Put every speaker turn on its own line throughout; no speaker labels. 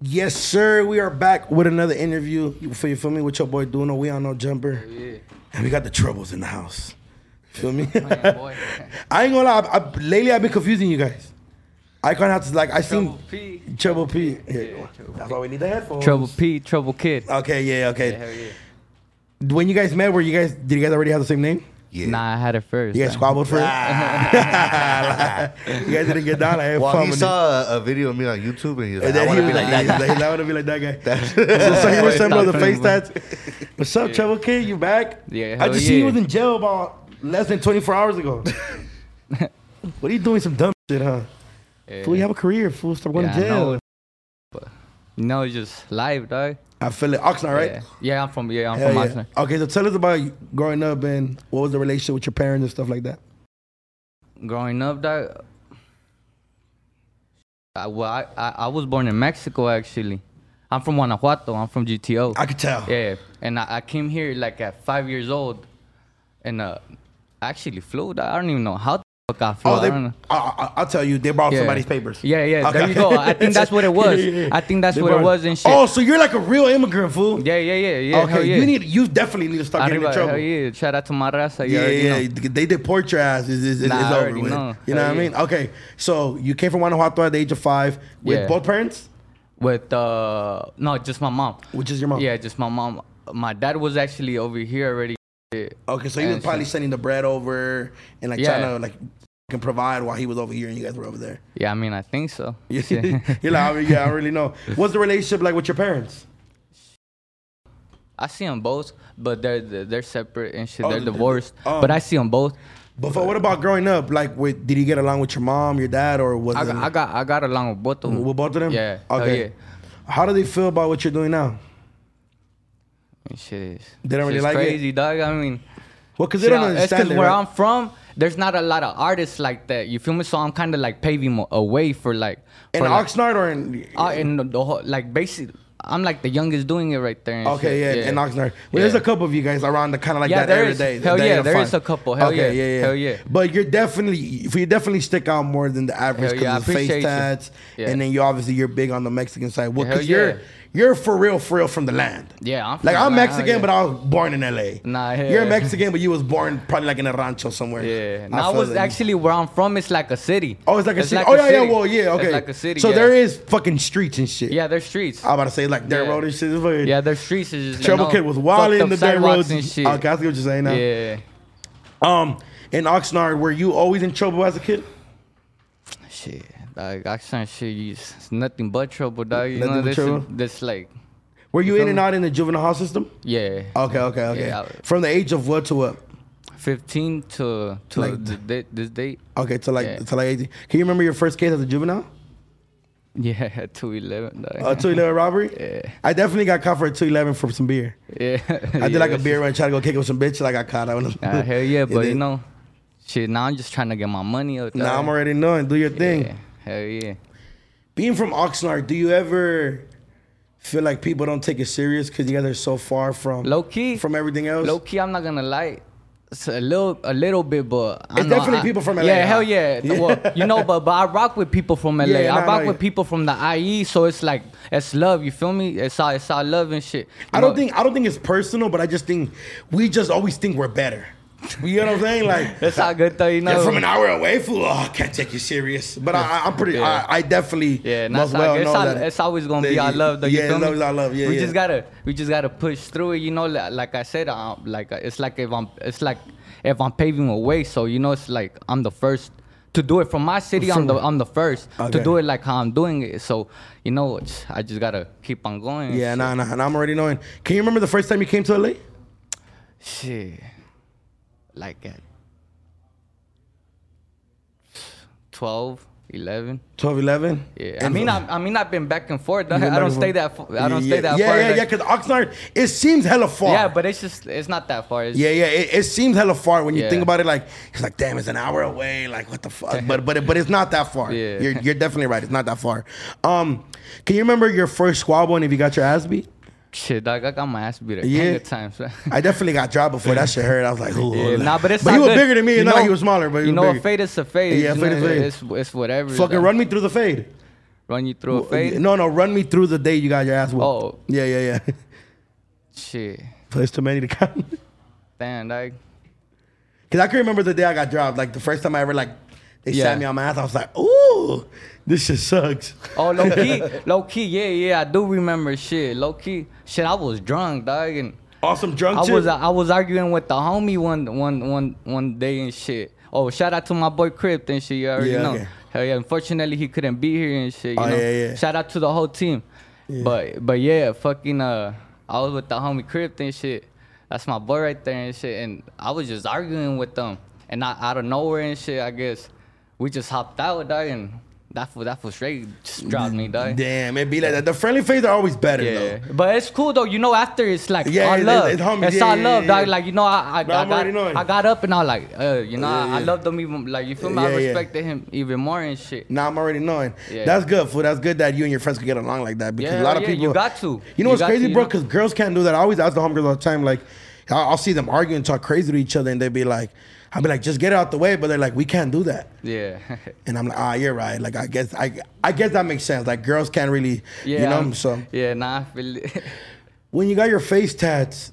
Yes, sir. We are back with another interview. You feel, you feel me? With your boy Duno. We on no jumper.
Yeah.
And we got the troubles in the house. Feel me?
Man, boy.
I ain't gonna lie. I, I, lately, I've been confusing you guys. I kind of have to like. I seen Trouble
Trouble P.
P. Yeah,
Yeah, Trouble
that's why we need the headphones.
Trouble P, Trouble Kid.
Okay, yeah, okay.
Yeah, hell yeah.
When you guys met, were you guys? Did you guys already have the same name?
Yeah.
Nah, I had it first.
You guys
man.
squabbled for it. you guys didn't get down. Like, have
Well,
fun
he
with
saw a, a video of me on YouTube and he was
it. And
like, I
then
want
he
to
was
be
like,
like that.
that guy. I want to be like that guy. so, so he was sending the face tats. What's up, Trouble Kid? You back?
Yeah,
I
hell
just see you
yeah.
was in jail about less than 24 hours ago. what are you doing? Some dumb shit, huh?
Yeah.
Fool, you have a career. Fool, stop going
Yeah,
to
I know,
jail.
but- No, it's just live, dog.
I, feel it. Oxnard, right?
Yeah. yeah, I'm from yeah, I'm
Hell
from
yeah.
Oxnard.
Okay, so tell us about you growing up and what was the relationship with your parents and stuff like that.
Growing up, dog. I, well, I, I I was born in Mexico actually. I'm from Guanajuato. I'm from GTO.
I could tell.
Yeah, and I, I came here like at five years old, and uh, I actually flew. dog. I don't even know how the fuck I flew.
Oh, they,
I don't know.
I, I, I'll tell you, they brought somebody's papers.
Yeah, yeah. There
Okay.
you go. I think that's what it was. I think that's
They
what it
brought-
was and shit.
Oh, so you're like a real immigrant, fool.
yeah, yeah, yeah, yeah.
okay,
hell yeah.
you need, you definitely need to start getting in
Arriba,
trouble.
hell yeah. Shout out to my raza. You
Yeah,
already
yeah,
know.
yeah. They deport your ass. It's, it's, it's
Nah, I
over
already
with.
know.
You know
Hell
what I mean?
yeah.
Okay, so you came from Guanajuato at the age of five with
Yeah.
both parents,
With uh, no, just my mom.
which is your mom.
Yeah, just my mom. My dad was actually over here already.
Okay, so you was
And
probably
she-
sending the bread over and like
Yeah.
trying to like can provide while he was over here and you guys were over there.
Yeah, I mean, I think so.
you're
Shit.
like, I mean, yeah, I really know. What's the relationship like with your parents?
I see them both, but they're they're they're separate and shit.
Oh,
they're
the- the-
divorced,
oh.
but I see them both.
Before, what about growing up? Like, with did you get along with your mom, your dad, or was
I
it
got, I got I got along with both of them.
Mm. with both of them?
Yeah. hell
Okay.
yeah.
How do they feel about what you're doing now?
And Shit is.
They don't really
shit's
like it?
crazy, dog. I mean,
Well, because they
shit,
don't
I- it's
understand it,
where
right?
I'm from, there's not a lot of artists like that. You feel me? So I'm kind of like paving mo- a way for like.
in
for, like,
Oxnard or in
uh, and the, the whole, like basic. I'm like the youngest doing it right there. and
Okay,
shit.
yeah, in Oxnard. Well, there's
Yeah.
a couple of you guys around the kind of like
Yeah,
that
there
every
is.
day.
Hell
that
yeah,
you're
there
fine.
is a couple. Hell yeah,
yeah, yeah,
hell yeah.
But you're definitely, you definitely stick out more than the average
Hell
because
yeah, I
of the face
appreciate you.
tats,
Yeah.
and then you obviously you're big on the Mexican side. Well,
Yeah, hell
because you're
yeah.
you're for real, for real from the land.
Yeah, I'm from
like
the
I'm
land,
Mexican,
hell yeah.
but I was born in L.A.
Nah, hell
you're
yeah.
Mexican, but you was born probably like in a rancho somewhere.
Yeah,
I
now I
feel
was
that.
actually where I'm from. It's like a city.
Oh, it's like a city. oh yeah,
city.
yeah. Well, yeah. Okay.
It's like a city.
So
yeah.
there is fucking streets and shit.
Yeah, there's streets.
I'm about to say like dirt
Yeah.
road and shit. It's fucking-
Yeah, there's streets. Is just,
Trouble
you know,
Kid was wild
fucked
in
up
the Oh, dirt
sidewalks
roads.
and shit.
Okay, I see what you're saying now.
Yeah.
Um, in Oxnard, were you always in trouble as a kid?
Shit, like I said, shit, you, it's nothing but trouble, dog. You
Nothing
know
but
this,
trouble?
this like,
Were you
You
in and
feel
out in the juvenile hall system?
yeah,
Okay, okay, okay.
Yeah, I-
From the age of what to what?
15 to to
Like-
the date, this date.
Okay, to like
Yeah.
to like 18. Can you remember your first case as a juvenile?
Yeah, to 11, dog.
A 211 robbery?
Yeah.
I definitely got caught for a 211 for some beer.
yeah,
I did like a beer run, tried to go kick with some bitch, like I caught. I was-
Nah, hell yeah,
And
but you
then-
know, shit. Now I'm just trying to get my money up.
Now
dog.
I'm already knowing. Do your thing.
Yeah, hell yeah.
Being from Oxnard, do you ever feel like people don't take it serious because you guys are so far from
Low key.
from everything else?
Low key, I'm not gonna lie. It's a little, a little bit, but I
It's
know
definitely
I-
people from LA,
Yeah,
huh?
hell yeah.
Yeah.
Well, you know, but but I rock with people from LA.
Yeah, nah,
I rock
nah,
with
yeah.
people from the IE, so it's like it's love. You feel me? It's all, it's all love and shit. You
I don't
know,
think I don't think it's personal, but I just think we just always think we're better. You know what I'm saying? Like
it's all good though. You know,
you're from an hour away, fool. Oh, I can't take you serious. But I, I, I'm pretty.
Yeah.
I, I definitely
yeah, nah,
must
it's, all
well
good.
know
it's, all-
that.
it's always gonna
that
be our
you-
love. Though, you
yeah,
feel
love
me?
is our love. Yeah,
we
yeah.
just gotta, we just gotta push through it. You know, like, like I said, um, like uh, it's like if I'm, it's like if I'm paving a way. So you know, it's like I'm the first to do it from my city. I'm the, I'm the first
Okay.
to do it like how I'm doing it. So you know, it's, I just gotta keep on going. and
Yeah,
shit.
nah, nah, nah. I'm already knowing. Can you remember the first time you came to LA?
Shit. Like at 12, 11.
12, 11?
Yeah. I mean, I, I mean, I've been back and forth. dog.
You go
I
back
don't
and
stay
forth.
that. Far, I don't
yeah,
stay that
yeah,
far.
Yeah,
like-
yeah, Because Oxnard, it seems hella far.
Yeah, but it's just it's not that far. It's,
Yeah, yeah, it, it seems hella far when you
Yeah.
think about it. Like it's like, damn, it's an hour away. Like what the fuck? But but it- but it's not that far.
Yeah.
you're, you're definitely right. It's not that far. Um, can you remember your first squabble and if you got your ass beat?
Shit, dog, I got my ass beat a
Yeah.
yeah. times. man.
I definitely got dropped before that shit hurt. I was like, ooh,
Yeah, nah, but it's
but
all
he was
good.
bigger than me.
You
It's not like
know-
he was smaller, but he
you
was
know, a
bigger.
fade is a fade.
Yeah,
you
fade
know,
is fade.
It's, it's whatever.
Fucking
dog.
run me through the fade.
Run you through a fade?
No, no, run me through the day you got your ass whooped.
Oh.
Yeah, yeah, yeah.
Shit.
There's too many to count.
Damn, like,
Cause I can remember the day I got dropped. Like the first time I ever like they
Yeah.
sat me on my ass. I was like, ooh, this shit sucks.
oh, low key, low key, yeah, yeah, I do remember shit. Low key, shit, I was drunk, dog, and
Awesome drunk
I
shit.
was I was arguing with the homie one one one one day and shit. Oh, shout out to my boy Crypt and shit. You already
Yeah,
know.
okay.
Hell yeah. Unfortunately, he couldn't be here and shit. You
Oh,
know.
yeah, yeah.
Shout out to the whole team. But but yeah, fucking uh, I was with the homie Crypt and shit. That's my boy right there and shit. And I was just arguing with them, and I, out of nowhere and shit. I guess we just hopped out, dog, and that fool that fool straight just dropped me, dog.
Damn, it be like that. The friendly fades are always better
Yeah,
though.
but it's cool though. You know, after it's like
Yeah,
all
it's-
love.
it's
It's,
humble. Yeah,
all
yeah,
love,
yeah,
dog.
yeah.
Like you know, I I,
Bro,
I
I'm already knowing.
got I got up and I like uh, you know
Yeah,
I, I
yeah.
love them even like you feel me. I
Yeah, yeah.
respected him even more and shit.
Now I'm already knowing.
Yeah.
That's good, fool. That's good that you and your friends can get along like that because
Yeah,
a lot of
yeah,
people.
you got to.
You know
You
what's
got
crazy,
to, you
bro?
know?
Because girls can't do that. I always ask the homegirls all the time. Like, I'll, I'll see them arguing, talk crazy to each other, and they'd be like, "I'll be like, just get out the way," but they're like, "We can't do that."
Yeah,
And I'm like, "Ah, you're right. Like, I guess I, I guess that makes sense. Like, girls can't really,
yeah.
you know."
I'm-
So
yeah, nah, I feel it.
when you got your face tats,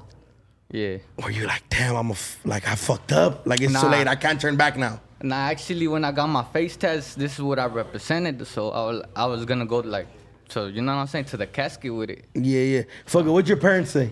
yeah.
were you like, "Damn, I'm a f- like I fucked up. Like it's too
Nah.
late. I can't turn back now."
Nah, actually, when I got my face test, this is what I represented. So I was, I was gonna go like, so you know what I'm saying to the casket with it.
Yeah, yeah. Fuck it. What'd your parents say?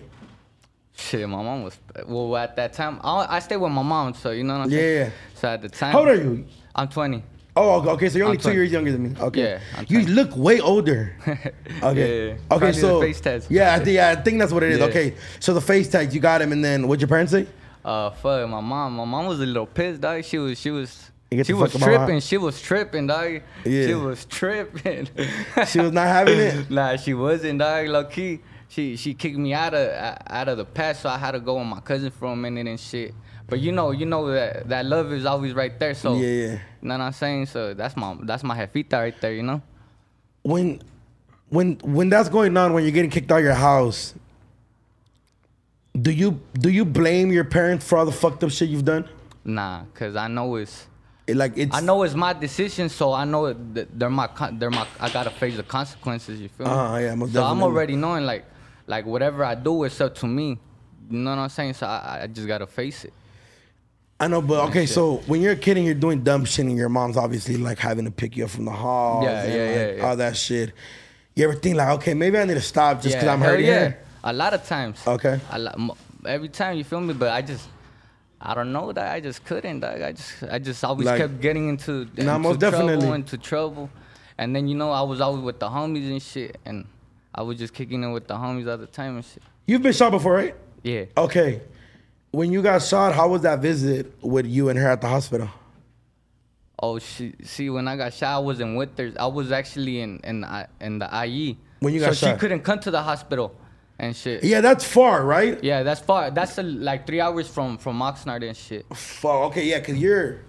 Shit, my mom was well at that time. I, I stayed with my mom, so you know what I'm saying.
Yeah.
So at the time,
How old are you?
I'm 20.
Oh, okay, okay. So you're only
I'm
two
20.
years younger than me. Okay.
Yeah, I'm
you
20.
look way older. Okay.
Yeah, yeah.
Okay.
Probably the
so
face tats.
yeah, I think yeah, I think that's what it is.
Yeah.
Okay. So the face tag you got him, and then what'd your parents say?
Uh, fuck my mom. My mom was a little pissed, dog. She was, she was,
You get
she
the
was
fuck out my
tripping.
house.
She was tripping, dog.
Yeah.
She was tripping.
She was not having it?
nah, she wasn't, dog. Low key, she she kicked me out of out of the past, so I had to go with my cousin for a minute and shit. But you know, you know that that love is always right there. So
Yeah, yeah.
You know what I'm saying? So that's my that's my jefita right there. You know.
When, when, when that's going on, when you're getting kicked out of your house, do you do you blame your parents for all the fucked up shit you've done?
Nah, cause I know it's
It, like it's
I know it's my decision, so I know it- th- they're my con- they're my I gotta face the consequences. You feel me?
Uh-huh, yeah, most
so I'm
definitely.
already knowing like like whatever I do, it's up to me. You know what I'm saying? So I, I just gotta face it.
I know, but okay.
shit.
So when you're a kid and you're doing dumb shit, and your mom's obviously like having to pick you up from the hall,
Yeah,
and,
yeah, yeah,
like,
yeah.
all that shit. You ever think like, okay, maybe I need to stop just because I'm
hell
hurting? her?
A lot of times.
Okay.
A lot, mo- every time you feel me, but I just. I don't know that I just couldn't. Dog. I just I just always
Like-
kept getting into, into
Nah, most
trouble
definitely.
into trouble, and then you know I was always with the homies and shit, and I was just kicking it with the homies all the time and shit.
You've been shot before, right?
Yeah.
Okay. When you got shot, how was that visit with you and her at the hospital?
Oh, she, see, when I got shot, I wasn't with her. I was actually in in I- in the IE.
When you
so
got
she
shot.
couldn't come to the hospital, and shit. Yeah,
Yeah, that's far, right?
that's far. That's uh like three hours from from Oxnard and shit.
Far. Okay, yeah, cause you're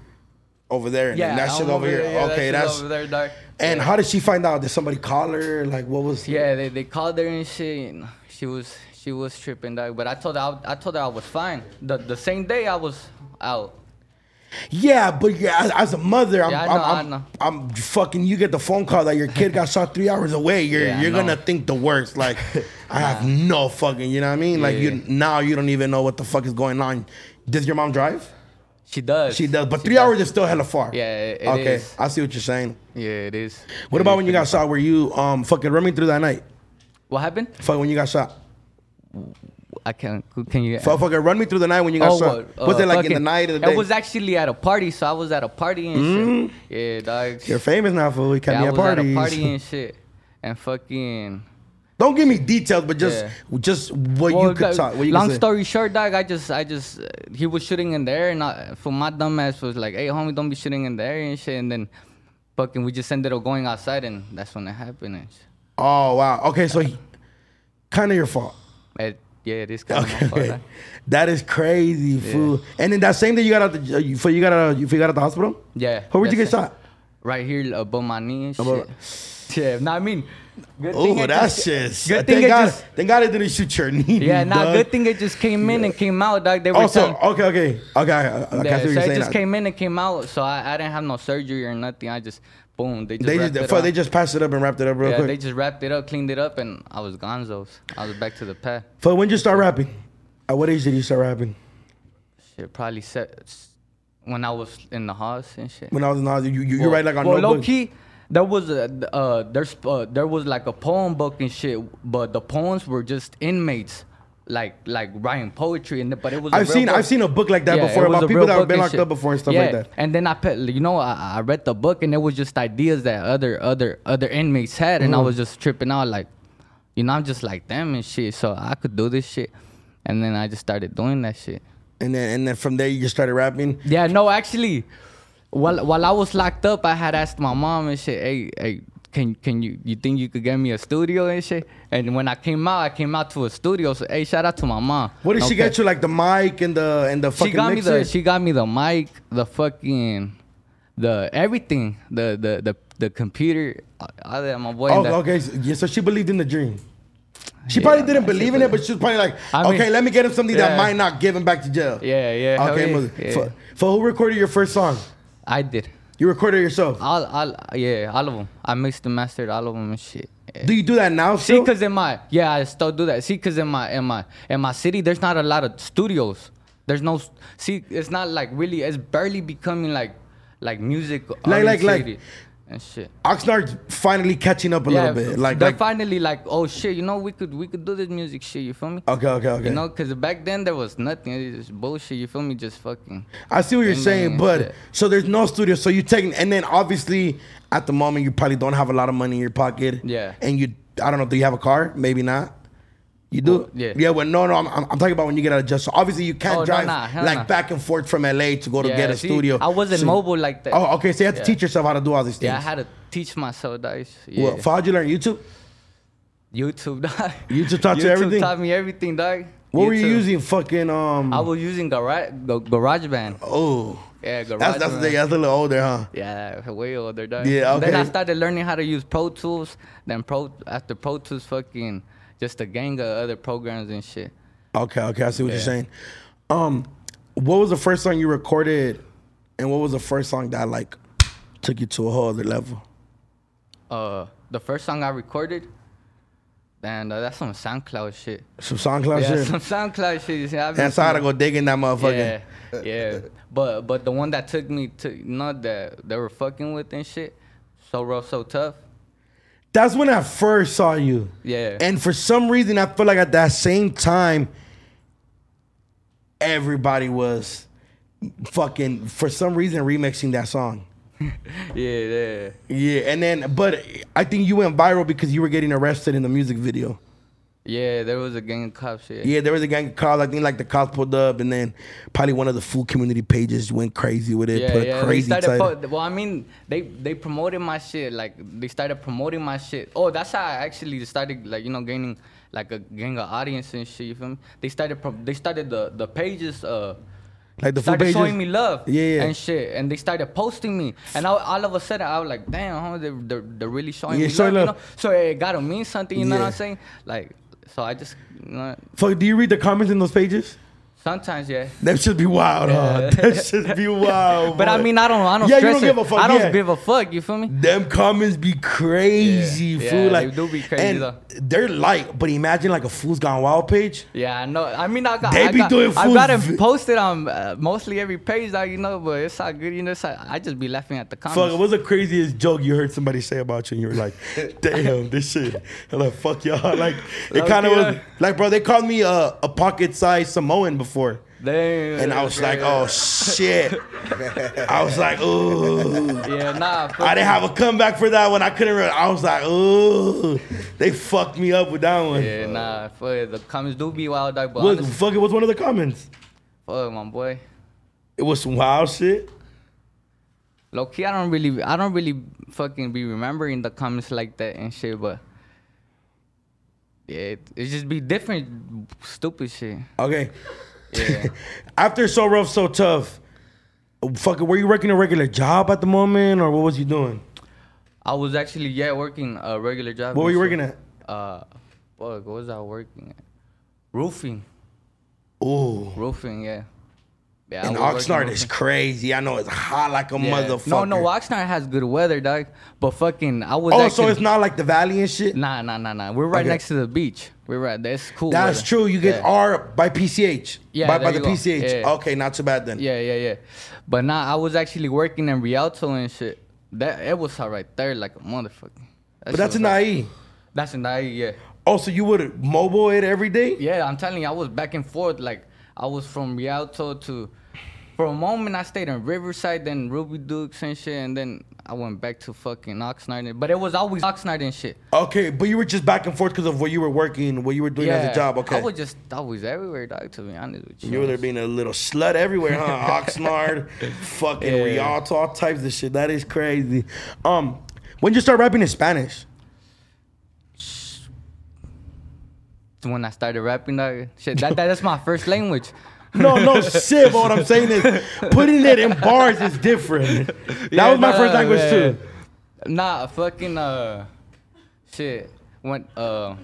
over there and
Yeah,
that
I'm
shit over here.
there, yeah, that
okay,
shit's
that's.
over there, dog.
And how did she find out? Did somebody call her? Like, what was?
Yeah, they, they called her and shit. And she was she was tripping, dog. But I told her I, I told her I was fine. The the same day I was out.
Yeah, but yeah, as- as a mother, I'm,
Yeah, I know,
I'm,
I
I'm,
know.
I'm fucking. You get the phone call that your kid got shot three hours away. You're
Yeah, I
you're
know.
gonna think the worst. Like, I have no fucking. You know what I mean? Like, you
Yeah.
now you don't even know what the fuck is going on. Does your mom drive?
She does.
She does, but three hours is still hella far.
Yeah, it- it
okay,
is.
I see what you're saying.
Yeah, it is.
What
It
about
is
when you
pretty-
got shot? Were you um fucking run me through that night?
What happened?
Fuck when you got shot.
I can't. Can you?
Fuck fucking run me through the night when you got shot.
what,
was
uh,
it like in the
fucking-
night or the day? Mm-hmm.
It was actually at a party, so I was at a party and shit. Yeah, dog.
you're famous now, fool. We can't
yeah,
be
I
at
was
parties.
at a party and shit, and fucking.
Don't give me details, but just
Yeah.
just what
Well,
you could
the-
talk. What you
long
could say.
story short, dog. I just, I just, uh, he was shooting in the air, and I, for my dumb ass was like, "Hey, homie, don't be shooting in the air and shit." And then, fucking, we just ended up going outside, and that's when it happened. And shit.
Oh wow. Okay, so kind of your fault.
It- eh, yeah, it is kind of
Okay, that is crazy, fool. And then that same day you got out the uh, you, for you got out you for you got out the hospital.
Yeah.
Where would you get
that's it.
shot?
Right here above my knee and
Above-
shit. Yeah, nah, I mean, good thing
Oh,
I
that's
just-
just.
good thing
thank
it
God.
just-
thank God it didn't shoot your knee.
Yeah, nah,
dog.
good thing it just came in and came out, dog. They were
Also,
telling-
okay, okay, okay. okay I, I, I
Yeah,
see what
so
you're
it
saying.
just came in and came out, so I, I didn't have no surgery or nothing. I just boom, they just
They
wrapped
just
it
fuck,
up.
they just passed it up and wrapped it up real
yeah,
quick.
they just wrapped it up, cleaned it up, and I was gonzos. I was back to the pad.
Fuck, when did you start rapping? At what age did you start rapping?
Shit, probably set when I was in the house and shit.
When I was in the house, you you, you write like on
well, low
notebook.
key, there was a uh, there's uh, there was like a poem book and shit, but the poems were just inmates, like like writing poetry and the, but it was. a
I've
real
seen
book.
I've seen a book like that
Yeah,
before
it was
about
a
people
real
that have
book
been
and
locked
shit.
up before and stuff like
Yeah,
that.
And then I, pe- you know, I, I read the book and it was just ideas that other other other inmates had, and I
Mm-hmm.
was just tripping out like, you know, I'm just like them and shit, so I could do this shit, and then I just started doing that shit.
And then and then from there you just started rapping.
Yeah, no, actually, while while I was locked up, I had asked my mom and shit, hey, hey, can can you you think you could get me a studio and shit? And when I came out, I came out to a studio. So hey, shout out to my mom.
What did she
Okay.
get you like the mic and the and the
She
fucking
got me
mixer?
the she got me the mic, the fucking the everything, the the the the computer. All that my boy.
Oh,
and the-
okay. So, yeah, so she believed in the dream. She probably
Yeah,
didn't
man, she
believe in it, but she was probably like,
I mean-
okay, let me get him something that
Yeah.
might not give him back to jail.
Yeah, yeah. hell
okay,
yeah,
mother.
yeah.
For, for who recorded your first song?
I did.
You recorded yourself.
All, all, yeah, all of them. I mixed and mastered all of them and shit. Yeah.
Do you do that now?
See,
Still?
cause in my yeah, I still do that. See, cause in my in my in my city, there's not a lot of studios. There's no see, it's not like really. It's barely becoming like like music
Like- like- like-
orientated and shit.
Oxnard's finally catching up a little bit. Like,
they're
like
finally like, oh shit, you know, we could we could do this music shit. You feel me?
okay, okay, okay.
You know, cause back then there was nothing. It was just bullshit. You feel me? Just fucking.
I see what you're
Amen,
saying, but
yeah.
so there's no studio, so you're taking, and then obviously at the moment you probably don't have a lot of money in your pocket.
Yeah.
And you, I don't know, do you have a car? Maybe not. You do?
Well, yeah.
Yeah. Well, no, no, I'm, I'm I'm talking about when you get out of jail. So obviously you can't
Oh, no,
drive
nah, hell
like
nah.
back and forth from LA to go to
Yeah,
get a
see,
studio.
I wasn't
So-
mobile like that.
Oh, okay. So you have to
Yeah.
teach yourself how to do all these things.
Yeah, I had to teach myself that. it's- Yeah.
Well, how'd you learn YouTube?
YouTube, dog.
YouTube taught you
YouTube
everything?
Taught me everything, dog.
What were you
YouTube.
using? Fucking um.
I was using garage garage band.
oh.
Yeah, garage
That's that's, the, that's a little older, huh?
Yeah, way older dog.
Yeah,
Then I
okay.
started learning how to use Pro Tools. Then Pro after Pro Tools, fucking just a gang of other programs and shit.
Okay, okay, I see what you're saying. Um, what was the first song you recorded, and what was the first song that like took you to a whole other level?
Uh, the first song I recorded, and uh, that's some SoundCloud shit.
Some SoundCloud
yeah,
Oh, shit.
some SoundCloud shit. You see, I've been
That's how I
seeing-
go dig in that motherfucker.
Yeah, yeah. But but the one that took me to not that they were fucking with and shit. So rough, so tough.
That's when I first saw you.
Yeah.
And for some reason, I feel like at that same time, everybody was fucking for some reason remixing that song.
yeah, yeah.
Yeah, and then but I think you went viral because you were getting arrested in the music video.
Yeah, there was a gang of cops. Yeah.
Yeah, there was a gang of cops. I think like the cops pulled up, and then probably one of the food community pages went crazy with it.
Yeah,
put a
yeah. they
crazy
started
title.
po- well, I mean, they they promoted my shit. Like they started promoting my shit. Oh, that's how I actually started. Like you know, gaining like a gang of audience and shit. You feel me? They started pro- they started the the pages. Uh,
like the food
started
pages.
showing me love.
Yeah, yeah.
And shit, and they started posting me, and I, all of a sudden I was like, damn, homie, they, they're, they're really showing
Yeah,
me
showing
love, you
love.
know? So it gotta mean something. You know what
Yeah.
I'm saying? Like, so I just, you know,
Fuck, do you read the comments in those pages?
sometimes yeah.
That should be wild, huh?
Yeah.
That should be wild.
But I
boy.
mean, I don't, I don't
Yeah, you
stress
don't
it.
give a fuck,
I don't
yeah.
give a fuck. You feel me?
them comments be crazy,
Yeah,
fool.
they
like
do be crazy,
and
though.
They're light, but imagine like a fool's gone wild page.
Yeah, I know. I mean, I got.
They
I
be
got,
doing
I
food
got
vi-
it posted on uh, mostly every page, dog. You know, but it's not good. You know, it's not, I just be laughing at the
Fuck,
comments.
what's the craziest joke you heard somebody say about you? And you were like, damn, this shit. I'm like, fuck y'all. Like, it
Low-key,
kind of was
uh,
like, bro, they called me a, a pocket sized Samoan before.
Damn.
And I was like, oh, shit. I was like, ooh.
Yeah, nah. fuck
I didn't have a comeback for that one. I couldn't really. I was like, ooh. They fucked me up with that one.
Yeah, nah. Fuck, the comments do be wild, dog. But
What,
honestly,
fuck, it was one of the comments.
fuck, my boy.
It was some wild shit.
Low key, I don't really, I don't really fucking be remembering the comments like that and shit, but yeah, it, it just be different, stupid shit.
Okay.
Yeah.
After So Rough, So Tough, fucking, were you working a regular job at the moment or what was you doing?
I was actually yeah working a regular job.
What were
and
you
shit.
working at?
Uh, fuck, what was I working at? Roofing,
Ooh.
roofing, yeah. Yeah, I
and
was working
Oxnard
with
is
him.
crazy. I know it's hot like a
Yeah.
motherfucker.
No, no, Oxnard has good weather, dog. But fucking, I was.
Oh,
at
so
Kin-
it's not like the valley and shit.
Nah, nah, nah, nah. We're right
Okay.
next to the beach. We're right. That's cool.
That's
weather.
true. You get
Yeah.
R by PCH.
Yeah,
by, by
there
the
you go.
PCH.
Yeah, yeah.
Okay, not too bad then.
Yeah, yeah, yeah. But nah, I was actually working in Rialto and shit. That it was hot right there, like a motherfucker.
but that's in IE.
That's in IE, yeah.
Oh, so you would mobile it every day?
Yeah, I'm telling you, I was back and forth. Like I was from Rialto to. For a moment, I stayed in Riverside, then Ruby Dukes and shit, and then I went back to fucking Oxnard. But it was always Oxnard and shit.
Okay, but you were just back and forth because of what you were working, what you were doing as a job. Okay.
I was just I was everywhere, dog. To be honest with you,
you were there being a little slut everywhere, huh? Oxnard, fucking
Yeah.
Rialto, all types of shit. That is crazy. Um, when did you start rapping in Spanish?
when I started rapping, dog, shit, that, that that's my first language.
No, no shit. But what I'm saying is, putting it in bars is different. That
Yeah,
was my
nah,
first language
yeah,
too.
yeah. Nah, fucking uh, shit. When uh,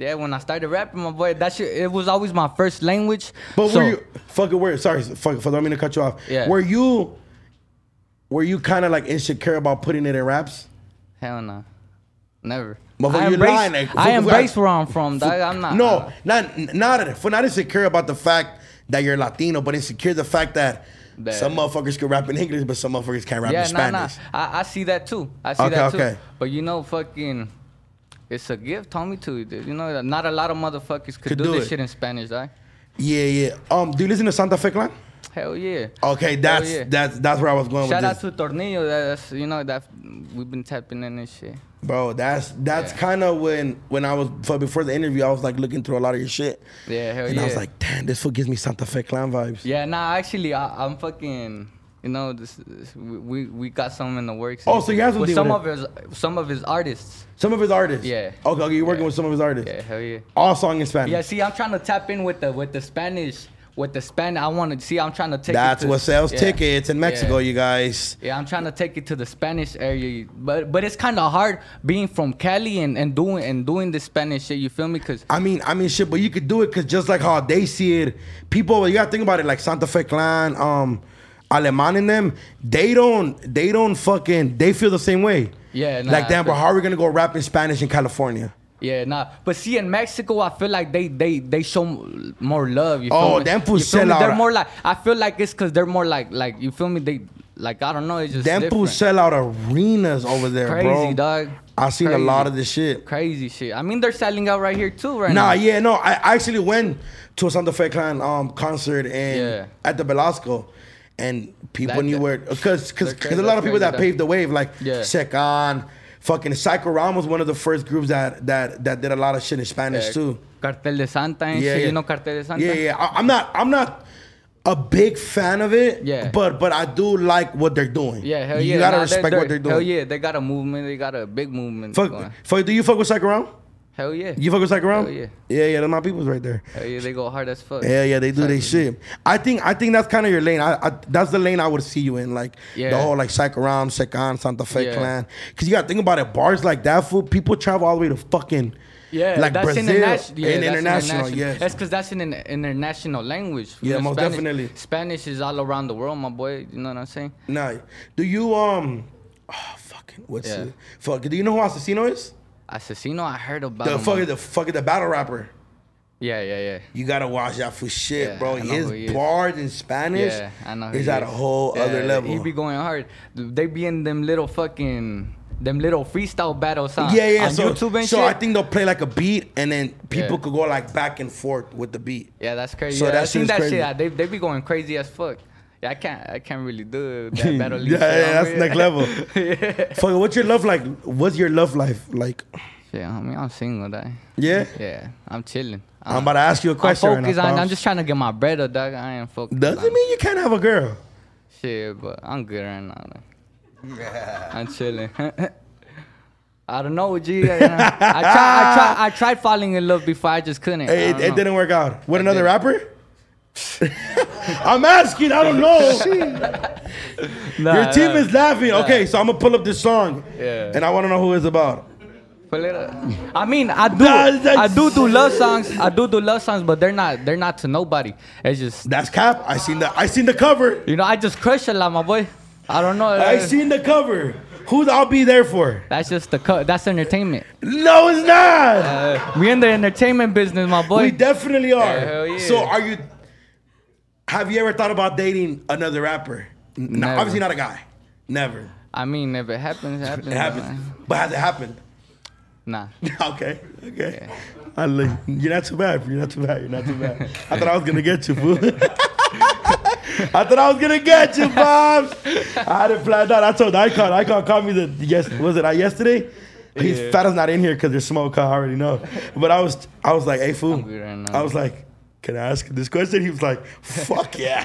yeah, when I started rapping, my boy, that shit, it was always my first language.
But
So,
were you fucking where? Sorry, fuck, fuck, I don't mean to cut you off.
Yeah.
Were you, were you kind of like insecure about putting it in raps?
Hell no, never.
Motherfucker,
I
you
embrace,
lying, like,
I
fuck-
embrace where I'm from, dog. I'm not.
No, not not for not insecure about the fact that you're Latino, but insecure the fact that,
That-
some motherfuckers can rap in English, but some motherfuckers can't rap
yeah,
in
nah, nah.
Spanish.
I, I see that too. I see
Okay,
that too.
okay.
But you know, fucking, it's a gift, homie. To you know, not a lot of motherfuckers could,
Could
do,
do
this
it.
shit in Spanish, dog.
Yeah, yeah. Um, do you listen to Santa Fe Clan?
Hell yeah.
Okay, that's
yeah.
that's that's where I was going
Shout
with
out
this,
to Tornillo. that- That's you know that we've been tapping in and shit.
bro. That's that's
Yeah.
kind of when when I was for before the interview, I was like looking through a lot of your shit,
Yeah, hell
and
yeah.
I was like, damn, this fool gives me Santa Fe Clan vibes.
yeah, nah, actually, I, I'm fucking. You know, this, this we, we we got some in the works.
Oh, so you have some
with
deal
some
with
of his some of his artists.
Some of his artists.
Yeah.
Okay, okay you're working
Yeah.
with some of his artists.
Yeah, hell yeah.
All song in Spanish.
Yeah, see, I'm trying to tap in with the with the Spanish with the Spanish. I want to see. I'm trying to take.
That's
it to,
what sells
yeah.
tickets in Mexico,
Yeah.
you guys.
Yeah, I'm trying to take it to the Spanish area, but but it's kind of hard being from Cali and, and doing and doing the Spanish shit. You feel me? Cause
I mean, I mean, shit, but you could do it because just like how they see it, people, you gotta think about it, like Santa Fe Clan, um, Aleman and them, they don't, they don't fucking, they feel the same way.
Yeah, nah,
like, damn,
I
bro,
feel-
how are we gonna go rap in Spanish in California?
Yeah, nah. But see, in Mexico, I feel like they they they show m- more love. You feel
Oh,
me?
them
You
fools
feel me?
sell out.
They're more like I feel like it's because they're more like like you feel me? They like I don't know. It's just
Them
different.
fools sell out arenas over there, bro.
crazy dog.
I seen a
Crazy.
lot of this shit.
Crazy shit. I mean, they're selling out right here too, right
Nah,
now.
yeah, no. I I actually went to a Santa Fe Clan um concert and
Yeah.
at the Belasco, and people
That-
knew
that-
where because because
They're crazy,
a lot of
they're
people that
crazy,
paved the wave like
Yeah.
Secan, fucking Psycho Ram was one of the first groups that that that did a lot of shit in Spanish too.
Cartel de Santa and
Yeah,
shit.
yeah.
You know Cartel de Santa?
Yeah, yeah. I, I'm not I'm not a big fan of it.
Yeah.
but but I do like what they're doing.
Yeah, hell
you
yeah.
gotta
Nah,
respect what they're doing.
Hell yeah, they got a movement. They got a big movement.
Fuck,
going.
fuck. Do you fuck with Psycho Ram?
Hell yeah.
You fuck with Psycho Ram?
Hell yeah.
yeah, yeah. They're my people's right there.
Hell yeah, they go hard as fuck.
Yeah, yeah, they do their shit. I think I think that's kind of your lane. I, I that's the lane I would see you in, like the
Yeah.
whole like Psych around, Secan, Santa Fe
Yeah.
clan. Cause you gotta think about it, bars like that, fool. People travel all the way to fucking
Yeah,
like
that's
Brazil
international. Yeah,
and
that's
international.
international.
Yes,
that's because that's an in- international language.
Yeah, most
Spanish,
definitely.
Spanish is all around the world, my boy. You know what I'm saying?
nah. Do you um, oh, fucking what's
Yeah.
it? Fuck. Do you know who Asesino is?
Asesino, I heard about
The
him.
fucking the fucking the battle rapper.
yeah, yeah, yeah.
You gotta watch out for shit,
Yeah,
bro.
I know
His
who he is.
bars in Spanish
Yeah, I know. who
is
he
at a whole
Yeah,
other level.
He be going hard. They be in them little fucking, them little freestyle battles. Huh?
Yeah, yeah.
On
so
YouTube and
so
shit.
I think they'll play like a beat, and then people
Yeah.
could go like back and forth with the beat.
yeah, that's crazy.
so
yeah,
that
I
shit
seen
is
that
crazy.
shit. I- They they be going crazy as fuck. Yeah, I can't I can't really do that battle.
yeah, yeah, that's next level.
yeah.
Fuck, what's your love like? What's your love life like?
Shit, I mean, I'm single, dog.
Yeah,
Yeah, I'm chilling.
I'm about to ask you a question.
I'm
right now,
focused on. I'm
Pops.
just trying to get my bread up, dog. I ain't focused.
Doesn't
on
mean you can't have a girl.
shit, but I'm good right now. dog. I'm chilling. I don't know, G. I, I, try, I, try, I tried falling in love before. I just couldn't. I
It,
don't
it
know.
didn't work out. With another
did.
rapper? I'm asking. I don't know.
Nah,
Your team
nah.
is laughing. Okay, so I'm gonna pull up this song,
Yeah.
and I want to know who it's about.
Pull it up. I mean, I do,
Nah, that's-
I do do love songs. I do do love songs, but they're not, they're not to nobody. It's just,
That's cap. I seen the I seen the cover.
you know, I just crush a lot, my boy. I don't know.
I seen the cover. Who I'll be there for?
That's just the cut. That's entertainment.
No, it's not.
Uh, we in the entertainment business, my boy.
we definitely are.
hell yeah.
So are you? Have you ever thought about dating another rapper? N- No,
Never.
obviously not a guy. Never.
I mean, if it happens, it happens.
It happened,
man.
but has it happened?
Nah.
okay, okay. I look, you're not too bad. You're not too bad. You're not too bad. I thought I was gonna get you, fool. I thought I was gonna get you, Bob. I had it planned out. I told Icon. Icon called me the yes. Was it I yesterday? He's fat is not in here because there's smoke. I already know. But I was, I was like, hey, fool.
good right now.
I was like, can I ask this question? He was like, fuck yeah.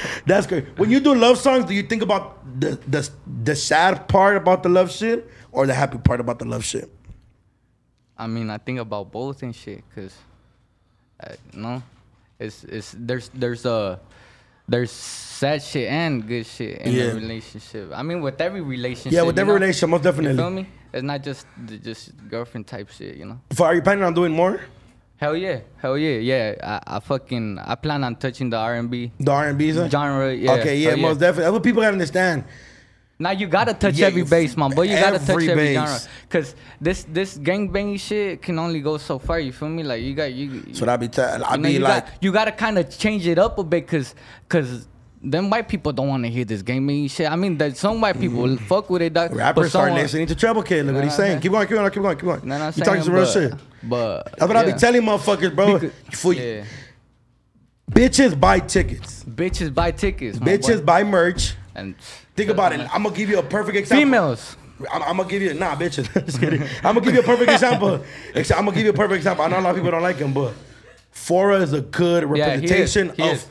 That's great. When you do love songs, do you think about the the the sad part about the love shit or the happy part about the love shit?
I mean, I think about both and shit, cause, uh, no, it's it's there's there's uh, there's sad shit and good shit in
Yeah.
a relationship. I mean, with every relationship.
Yeah, with
you
every
know?
relationship, most
You feel
definitely.
me? It's not just the, just girlfriend type shit, you know.
For, are you planning on doing more?
Hell yeah, hell yeah, yeah. I, I fucking I plan on touching the R and B
The R and B
genre. Yeah.
okay, yeah,
hell
most definitely. That's what people gotta understand.
Now you gotta touch
Yeah,
every
you-
base, man. But you gotta touch
every
every
base.
genre, cause this this gangbang shit can only go so far. You feel me? Like you got you.
So I be telling. I
you know,
be
you
like,
got, you gotta kind of change it up a bit, cause cause them white people don't want to hear this gangbang shit. I mean, that some white people fuck with it, dog.
Mm-hmm. rappers
but
start
someone-
listening to Trouble Kid. Look what
Nah,
he's saying.
nah.
Keep going, keep going, keep going, keep going.
Nah, nah, I'm
you talking
saying,
some real
but-
shit.
But
That's what I be
yeah.
telling motherfuckers, bro.
Because-
for
yeah.
bitches buy tickets.
Bitches buy tickets. my
Bitches
boy.
buy merch.
and
Think about it. I'm gonna give you a perfect example.
Females.
I'm, I'm gonna give you nah, bitches. Just kidding. I'm gonna give you a perfect example. Ex- I'm gonna give you a perfect example. I know a lot of people don't like him, but Fora is a good
he is.
representation
He
of
is.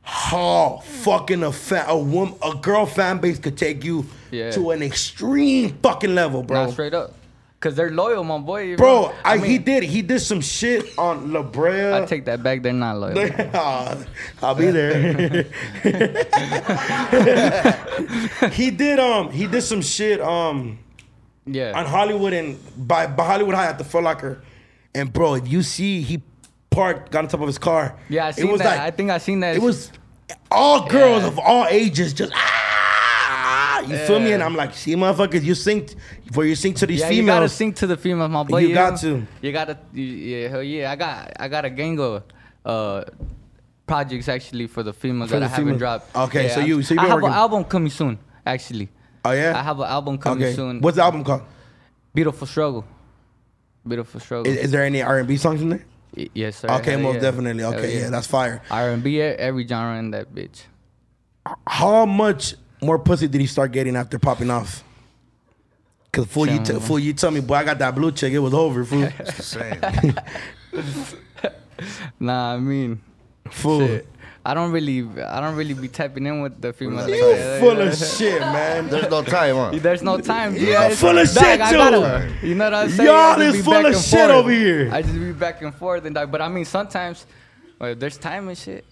how fucking a fa- a woman a girl fan base could take you
Yeah.
to an extreme fucking level, bro.
Not straight up, cause they're loyal, my boy. you
Bro,
know?
I,
mean,
he did he did some shit on La Brea.
I take that back. They're not loyal.
Aw, I'll be there. he did um he did some shit um
yeah.
on Hollywood and by, by Hollywood High at the Foot Locker. And bro, if you see he parked, got on top of his car.
Yeah, I seen that. I think I seen that.
it was all girls of all ages just ah you feel me?
Yeah.
And I'm like, see motherfuckers, you synced for you sync to these
yeah, you gotta
females.
sing to the females, my boy.
You
know?
got to.
You gotta. you- Yeah, hell yeah. I got. I got a gang of uh, projects actually for the females
For
that
the
I haven't
females.
dropped.
Okay,
Yeah,
so you- so you
I
been
have
working-
an album coming soon, actually.
Oh yeah?
I have an album coming
okay.
soon.
What's the album called?
Beautiful struggle. Beautiful struggle.
Is, is there any R and B songs in there?
Y- yes, sir.
Okay,
hell
most
yeah.
definitely.
Hell
Okay, yeah, that's fire.
R&B, e- every genre in that bitch.
How much more pussy did he start getting after popping off? Cause fool, you t-
Some.
fool, you tell me, boy, I got that blue chick. It was over, fool.
It's the same.
Nah, I mean,
fool,
shit. I don't really, I don't really be tapping in with the females. like
you
that.
full of shit, man.
There's no time, huh?
There's no time. dude.
You're
It's-
full of
dog,
shit,
I
too.
gotta- You know what I'm saying?
Y'all
I just
is
be
full
back
of
and
shit
forth.
over here.
I just be back and forth and dog. But I mean, sometimes well, there's time and shit.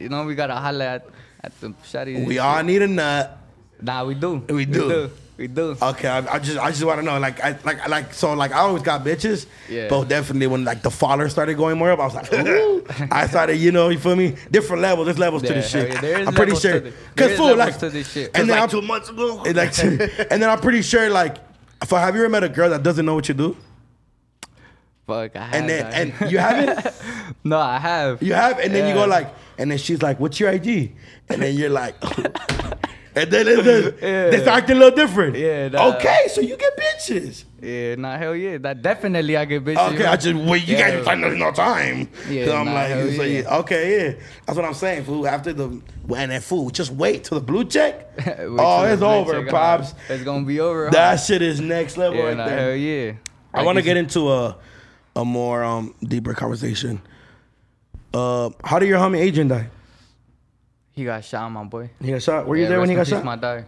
You know, we gotta holla at, at the shawty.
We all need a nut.
Nah, we do.
We do. Uh,
We do.
Okay, I, I just, I just want to know, like, I, like, like, so, like, I always got bitches.
Yeah.
But definitely when like the follower started going more up, I was like, ooh. I started, you know, you feel me? Different levels. There's levels to
Yeah,
this
hell
shit.
yeah, there is
I'm pretty
levels to
sure.
the- there
Cause
is
fool,
levels
like,
to this shit.
and then
It's like
I'm,
two months ago.
and, like, and then I'm pretty sure, like, if I have you ever met a girl that doesn't know what you do,
Fuck, I have.
and then
dog.
and you haven't.
no, I have.
You have, and then you go
Yeah.
like, and then she's like, "What's your ID?" And then you're like, and then it's the, they start acting a little different.
Yeah, nah.
Okay, so you get bitches.
Yeah, nah, hell yeah. That definitely I get bitches.
Okay, I just well, you
Yeah.
guys find there's no time.
Yeah,
so I'm
nah, hell
like, so
yeah.
you- okay, yeah, that's what I'm saying. Fool, after the and that fool, just wait till the blue check.
Wait till
oh,
the
it's
blue
over,
check, huh?
pops.
It's gonna be over. huh?
That shit is next level
yeah,
right
nah,
there.
hell yeah.
I want to get into a a more um deeper conversation. Uh, how did your homie Adrian die?
He got shot, my boy.
He got shot. Were you
Yeah,
there when
rest
he
in
got shot?
peace, My dog.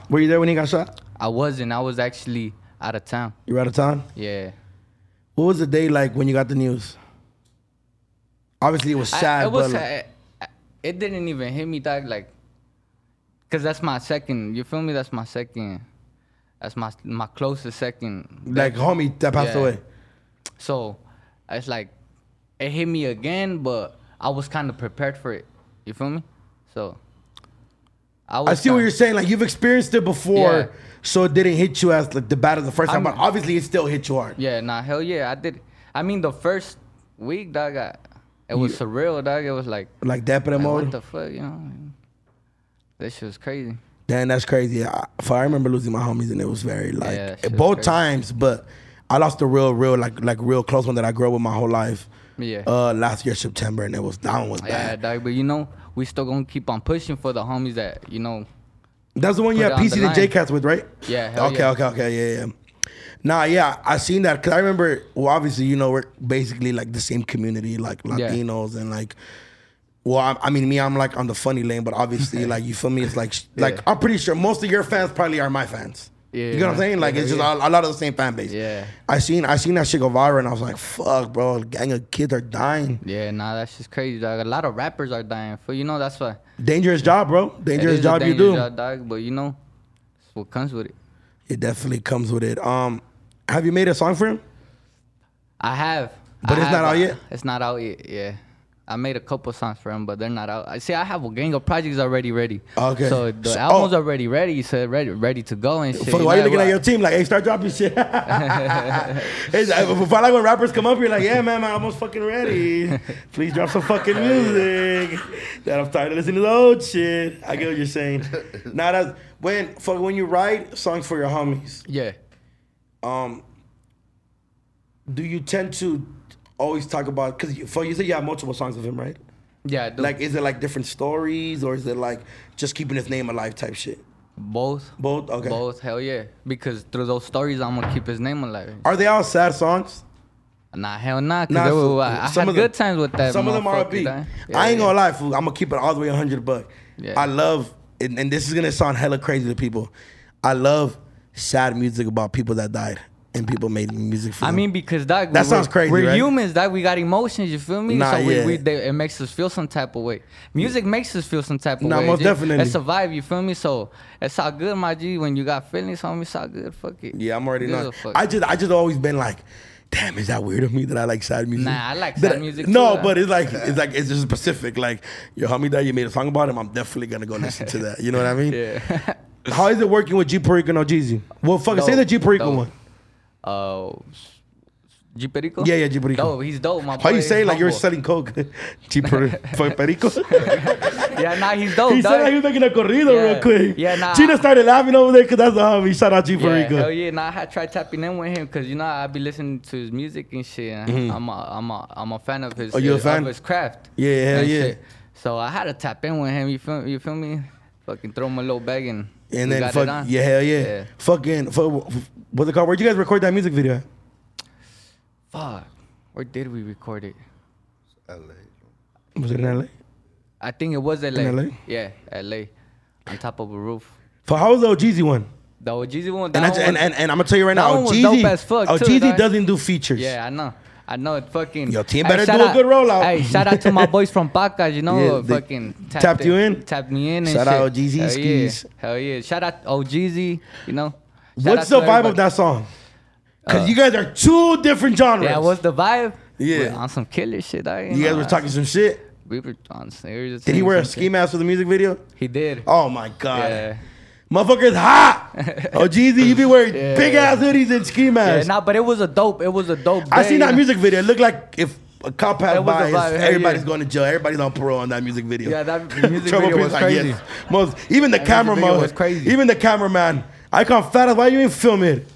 Huh?
Were you there when he got shot?
I wasn't. I was actually out of town.
You were out of town.
Yeah.
What was the day like when you got the news? Obviously, it was
I-
sad,
it was.
but like,
sad. I- it didn't even hit me, dog. Like, cause that's my second. You feel me? That's my second That's my my closest second.
Like homie that passed
Yeah.
away.
So it's like it hit me again, but I was kind of prepared for it. You feel me? So was
I see what
kinda-
you're saying. Like you've experienced it before,
Yeah.
so it didn't hit you as like the bad as the first time.
I'm-
But obviously, it still hit you hard.
Yeah, nah, hell yeah, I did. I mean, the first week, dog, I, it was surreal, dog. It was like,
Like that, but
like,
mode.
what the fuck, you know? This shit was crazy.
Damn, that's crazy. I, for I remember losing my homies, and it was very like
Yeah, shit was
both
crazy.
times. But I lost a real, real like like real close one that I grew up with my whole life.
Yeah.
Uh, last year September, and it was that one was
yeah,
bad.
dog. But you know, we still gonna keep on pushing for the homies that you know.
That's the one you
Put
had
it on
PC
the
and J
line.
Cats with, right?
Yeah, hell
okay,
yeah.
okay, okay. Yeah, yeah. Nah, yeah, I seen that because I remember. Well, obviously, you know, we're basically like the same community, like
Yeah.
Latinos and like. Well, I, I mean, me, I'm like on the funny lane, but obviously, like you feel me, it's like like I'm pretty sure most of your fans probably are my fans.
Yeah,
you know what I'm saying? Like
yeah,
it's just
yeah.
a, a lot of the same fan base.
Yeah.
I seen I seen that shit go viral, and I was like, "Fuck, bro, a gang of kids are dying.
Yeah, nah, that's just crazy, dog. A lot of rappers are dying for you know. That's why
Dangerous job, bro.
it
Dangerous
is a
job you
dangerous
do.
job, dog. But you know, it's what comes with it.
It definitely comes with it. Um, have you made a song for him?
I have.
But
I
it's not
have,
out
uh,
yet?
It's not out yet. Yeah. I made a couple songs for him, but they're not out. I see. I have a gang of projects already ready.
Okay.
So the
So-
album's
oh.
already ready. So ready, ready to go and shit.
Fuck,
you
why you
know,
looking at
like-
your team like, hey, start dropping shit? it's, uh, I, before, like when rappers come up, you're like, yeah, man, I'm almost fucking ready. Please drop some fucking music. That I'm tired of listening to the old shit. I get what you're saying. Now that's when fuck when you write songs for your homies.
Yeah.
Um, do you tend to always talk about? Because you, fuck, you said you have multiple songs with him, right?
Yeah. I do
Like, is it like different stories, or is it like just keeping his name alive type shit?
both.
Both. Okay.
Both. Hell yeah. Because through those stories, I'm gonna keep his name alive.
Are they all sad songs?
Nah, hell nah. Cause
Nah,
there
fool.
were, I I had
Some of
good
them-
times with that.
Some of them are
motherfucker,
upbeat.
dog. Yeah,
I ain't
yeah.
gonna lie, fool. I'm gonna keep it all the way 100 buck.
Yeah.
I love, and, and this is gonna sound hella crazy to people. I love sad music about people that died and people made music for
I
them.
mean, because that
That sounds crazy,
We're
right?
humans, that we got emotions. You feel me?
Nah,
so we,
yeah.
we they, it makes us feel some type of way. Music makes us feel some type of
Nah,
way.
most
Ju-
definitely.
It's a vibe. You feel me? So it's all good, my G. When you got feelings, homie, it's all good. Fuck it.
yeah, I'm already
Give a
not.
fuck.
I just, I just always been like, damn, is that weird of me that I like sad music?
Nah, I like
That
sad
I-
music
No,
too,
but it's like, it's like, it's just specific. Like, your homie that you made a song about him, I'm definitely gonna go listen to that. You know what I mean?
yeah.
How is it working with G Perico and Jeezy? Well, fucking say
Dope,
the G Perico
dope.
one.
Oh. G Perico?
Yeah, yeah, G Perico.
Dope, he's dope, my
How
boy.
you say it like you're
Humble.
selling coke? G Per- for Perico?
Yeah, nah, he's dope,
He said
dog.
like he was making a corrido
Yeah.
real quick.
Yeah, nah.
Gina started laughing over there because that's the homie. Shout out G
Yeah,
Perico.
hell Oh, yeah. Now I had tried tapping in with him because you know I be listening to his music and shit. And I'm a I'm a I'm a fan of his.
Mm-hmm. Oh, you a
of
fan?
his craft.
Yeah, hell
and
yeah.
So I had to tap in with him. You feel you feel me? Fucking throw him a little bag and
And
we
then
got it
fuck
on.
yeah, hell yeah.
Yeah.
Fucking fuck, what's it called? Where'd you guys record that music video? at?
Fuck. Where did we record it?
LA.
Was it in LA?
I think it was LA.
In LA?
Yeah, LA. On top of a roof.
For how was the OGZ one?
The OGZ one. That
And, I,
one
and,
was-
and and I'm gonna tell you right
that
now,
one was dope
OGZ,
as fuck, too,
OGZ
dog.
doesn't do features.
Yeah, I know. I know it fucking.
Your team better
shout
do a good rollout.
Hey, shout out to my boys from Pacas, you know,
Yeah,
uh,
they
fucking tapped,
tapped
it-
you in?
Tapped me in and
Shout
shit.
out OGZ
Hell
skis.
Yeah. Hell yeah. Shout out OGZ, you know. Shout out
What's
to
the vibe
everybody.
of that song? Because
Uh,
you guys are two different genres.
Yeah, what's the vibe?
Yeah.
We're on some killer shit. I,
you guys were talking some shit.
We were on serious.
Did he wear a
some
ski
shit.
mask for the music video?
He did.
Oh my god.
Yeah.
Motherfucker's hot. OGZ, you be wearing
Yeah.
big ass hoodies and ski
Yeah,
masks.
nah, but it was a dope. It was a dope.
I
day,
seen
you
that
know?
music video. It looked like if a cop passed
That was
by,
the vibe,
it's-
hell
everybody's
yeah.
going to jail. Everybody's on parole on that music video.
Yeah, that music
Trouble Prince
video was
like,
crazy.
yes. Most, even the
That music
cameraman
video was crazy.
Even the cameraman. I come fat ass. Why you ain't film it?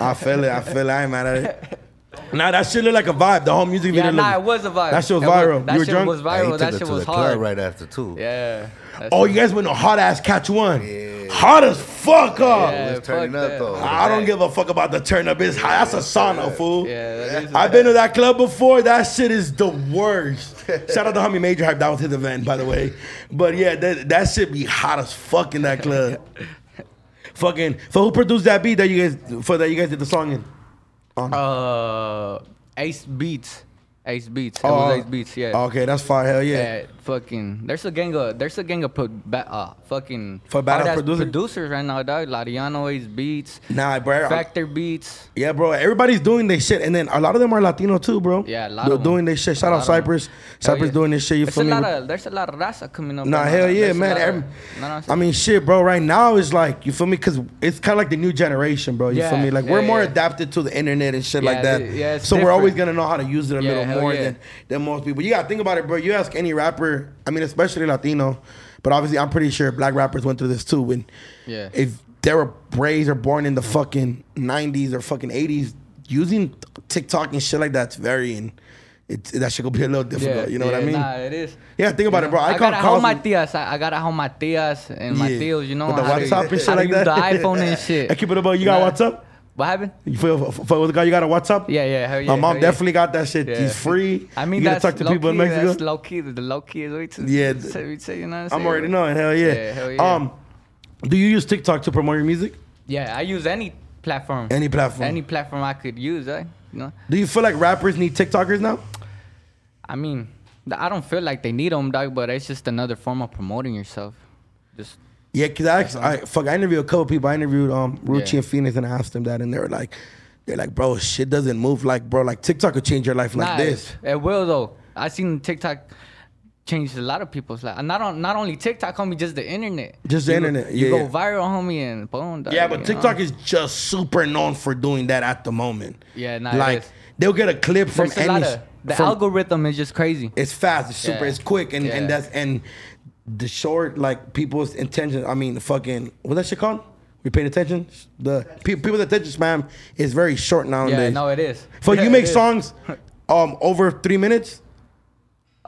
I feel it. I feel it. I ain't mad at it. Nah, that shit look like a vibe. The whole music video.
Yeah, nah, it
looked-
was a vibe.
That shit was
It was-
viral.
that
you were
shit
drunk.
was
Hey, he
viral.
took
That
it
shit
to
was
the club
hard.
right after too.
Yeah. that
Oh,
shit-
you guys went to hot ass catch one.
Yeah.
Hot as fuck up.
Yeah,
It's turning
fuck
up
that.
though.
I don't give a fuck about the turn up. It's high. That's a sauna, fool.
Yeah, that is-
I've been to that club before. That shit is the worst. Shout out to homie Major Hype. That was his event, by the way. But yeah, that, that shit be hot as fuck in that club. Fucking. So who produced that beat that you guys for that you guys did the song in?
Uh, Ace Beats. Ace Beats. It
Oh.
was Ace Beats, yeah.
Okay, that's fire. Hell Oh. yeah.
Yeah, fucking there's a gang of there's a gang of pro, ba, uh, fucking
For battle
hard-ass
producers?
producers right now, dog. Lariano's beats,
Nah, bro.
Factor beats.
Yeah, bro. Everybody's doing their shit, and then a lot of them are Latino too, bro.
Yeah, a lot
They're
of 'em.
doing their shit. Shout
A
out
lot of 'em.
Cypress.
Hell
Cypress
yeah.
doing this shit. You
there's
feel
a
me?
lot of there's a lot of raza coming up.
Nah,
right now,
hell
dog.
yeah,
There's a
man.
lot of-
Every-
know what I'm
I
saying?
mean, shit, bro. Right now is like, you feel me? Because it's kind of like the new generation, bro. You feel
Yeah,
me? Like
yeah,
we're more
yeah.
adapted to the internet and shit
Yeah,
like that.
it- yeah, it's
so we're always
different.
gonna know how to use it a
Yeah,
little
hell
more
yeah.
than than most people. You gotta think about it, bro. You ask any rapper. I mean, especially Latino, but obviously, I'm pretty sure black rappers went through this too. When
Yeah.
if they were raised or born in the fucking 90s or fucking 80s, using TikTok and shit like that's very and it's that shit gonna be a little difficult. you know what I
yeah,
mean?
Nah, it is.
Yeah, think about
You
it, bro.
know,
I
I,
can't
gotta hold my
cause-
tias. I, I gotta hold my tias and my
Yeah.
tios. You know
With the
how to-
WhatsApp and shit
how to
like
use
that.
The iPhone and shit.
I keep it above. You got
Nah.
WhatsApp?
What happened?
You feel for, for the guy you got a WhatsApp?
Yeah, yeah, hell yeah.
My mom
hell yeah.
definitely got that shit.
Yeah.
He's free.
I mean,
you gotta
that's
talk to
low
people in
key, That's
Mexico.
low key. The low key is way too.
Yeah,
so we say, you know what I'm,
I'm
saying?
already knowing. Hell yeah.
Yeah, hell yeah.
Um, do you use TikTok to promote your music?
Yeah, I use any platform.
Any platform.
Any platform I could use, eh? You know,
Do you feel like rappers need TikTokers now?
I mean, th- I don't feel like they need them, dog. But it's just another form of promoting yourself. Just
Yeah, cause I, asked, I fuck I interviewed a couple people. I interviewed um Ruchi
Yeah.
and Phoenix and I asked them that, and they were like, they're like, bro, shit doesn't move like bro, like TikTok could change your life like
Nah,
this.
It, it will though. I seen TikTok change a lot of people's life. Not on not only TikTok, homie, just the internet.
Just the
You-
internet,
You
yeah,
go
yeah.
viral, homie, and boom. Dog,
Yeah, but
you
TikTok
know?
is just super known for doing that at the moment.
Yeah, nah, it
like
is.
they'll get a clip from
There's a
any.
lot
s-
of, the
from-
algorithm is just crazy.
It's fast. It's super.
Yeah.
It's quick, and and
Yeah.
that's and the short like people's intention. I mean, the fucking what that shit called? We paying attention. The pe- people's attention span is very short nowadays.
yeah, no, it is.
So
Yeah,
you make
it is.
songs, um, over three minutes,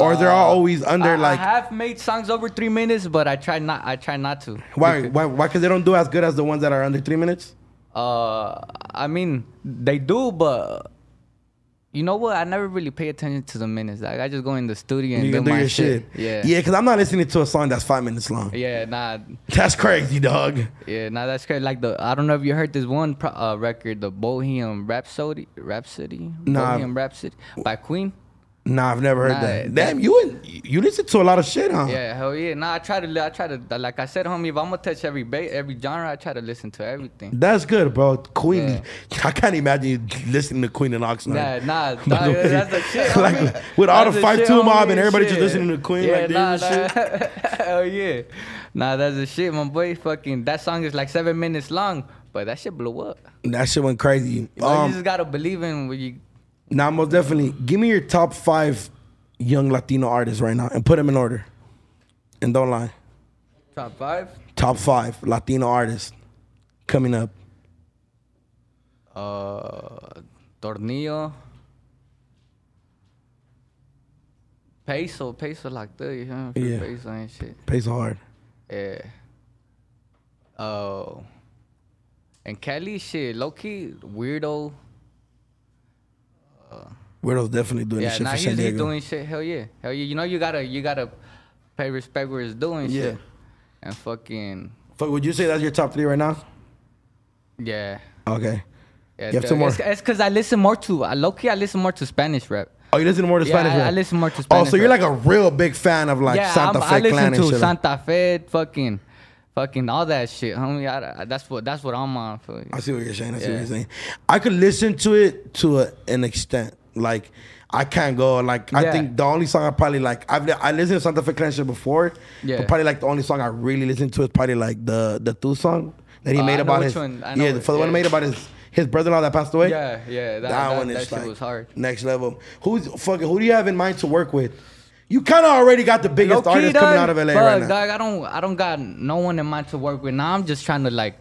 or they're all always under
Uh, I,
like
I have made songs over three minutes, but I try not. I try not to.
why
Because-
why why? Because they don't do as good as the ones that are under three minutes.
Uh, I mean, they do, but you know what? I never really pay attention to the minutes. Like I just go in the studio and
You
do,
can do
my
your
shit.
shit.
Yeah.
yeah. Because I'm not listening to a song that's five minutes long.
Yeah, nah,
That's crazy, dog.
yeah, nah. That's crazy. Like the I don't know if you heard this one pro- uh, record, the Bohemian Rhapsody, Rhapsody,
Nah.
Bohemian Rhapsody by Queen.
Nah, I've never heard
Nah,
that.
that-
Damn, you in, you listen to a lot of shit, huh?
Yeah, hell yeah. Nah, I try to, li- I try to, like I said, homie, if I'm gonna touch every ba- every genre, I try to listen to everything.
That's good, bro. Queen, I can't imagine you listening to Queen and Oxnard.
Nah, nah,
By
nah
the way,
that's the shit.
like,
homie.
with all
That's
the
shit,
5'2" mob
homie,
and everybody just listening to Queen like this and
Hell yeah. Nah, that's the shit, my boy. Fucking, that song is like seven minutes long, but that shit blew up.
that shit went crazy.
You, know, you
Um,
just gotta believe in what you.
nah, most definitely. Give me your top five young Latino artists right now and put them in order. And don't lie.
Top five?
Top five Latino artists coming up.
Uh, Tornillo. Peso, peso like that, you know, for
Yeah.
peso and shit.
Pays hard.
Yeah. Oh. and Kelly shit, low key weirdo.
Weirdo's definitely doing this
Yeah,
shit
now
for
he's,
San
he's
Diego.
doing shit. Hell yeah, hell yeah. You know you gotta you gotta pay respect where it's doing
Yeah.
shit. And fucking
Fuck, would you say that's your top three right now?
yeah.
Okay.
Yeah,
You have some
dog. It's,
more.
it's cause I listen more to I low key I listen more to Spanish rap.
Oh, you listen more to
Yeah,
Spanish?
I-
rap?
I listen more to
Oh,
Spanish
so you're
rap.
like a real big fan of like
yeah,
Santa
I'm,
Fe
I listen
Clan and
to
shit. like-
Santa Fe, fucking, fucking all that shit, homie. I, I- that's what that's what I'm on. For.
I see what you're saying. I see what
Yeah.
you're saying. I could listen to it to a, an extent. Like I can't go. Like I
Yeah.
think the only song I probably like I've li- I listened to Santa Fe Clan shit before.
Yeah.
But probably like the only song I really listened to is probably like the the two song that he
Uh, I
made
know
about
which
his
one. I know
yeah
which-
for the one he
yeah.
made about his his brother-in-law that passed away.
Yeah, yeah, that,
That,
that,
one
that
is
shit
like
was hard.
next level. Who's fucking? Who do you have in mind to work with? You kind of already got the biggest
Low-key
artist coming
done,
out of LA
but,
right now.
Dog, I don't I don't got no one in mind to work with. Now I'm just trying to like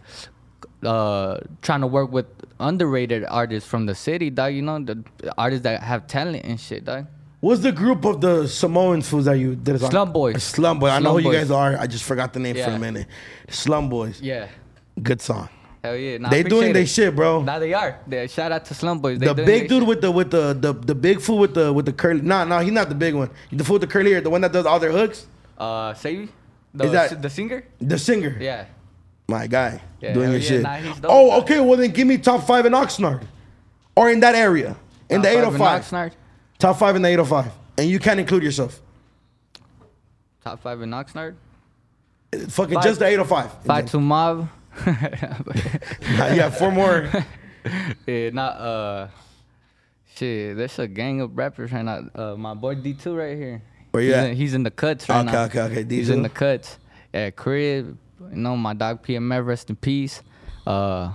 uh trying to work with underrated artists from the city, dog, you know, the artists that have talent and shit, dog.
What's the group of the Samoan fools that you did? a song-
Slum Boys.
Slum Boys. I know
Slum
who you
Boys.
guys are. I just forgot the name for a
Yeah.
minute. Slum Boys.
Yeah.
Good song.
Hell yeah. Nah, I
they doing
appreciate
their
it.
shit, bro.
Nah, they are. They, shout out to Slum Boys. They
the
doing
big
their
dude with the with the, the the big fool with the with the curly. Nah, nah, he's not the big one. The fool with the curly hair, the one that does all their hooks,
shit. uh Savvy? The,
Is that-
the singer?
the singer.
Yeah.
My guy,
Yeah,
doing
hell
your
yeah,
shit.
nah, he's dope,
oh,
dog.
okay. Well, then give me top five in Oxnard, or in that area, in
Nah,
the
fuck with
805.
Oxnard.
Top five in the 805, and you can't include yourself.
Top five in Oxnard.
Fucking
Five-
just the 805.
Five to Mob.
you got four more.
yeah, not uh. Shit, there's a gang of rappers right now. Uh, my boy D2 right here.
Where you
he's,
at?
in, he's in the cuts right
Okay,
now.
okay, okay,
He's in
D2.
the cuts at crib. You know my dog PMF, rest in peace. Uh,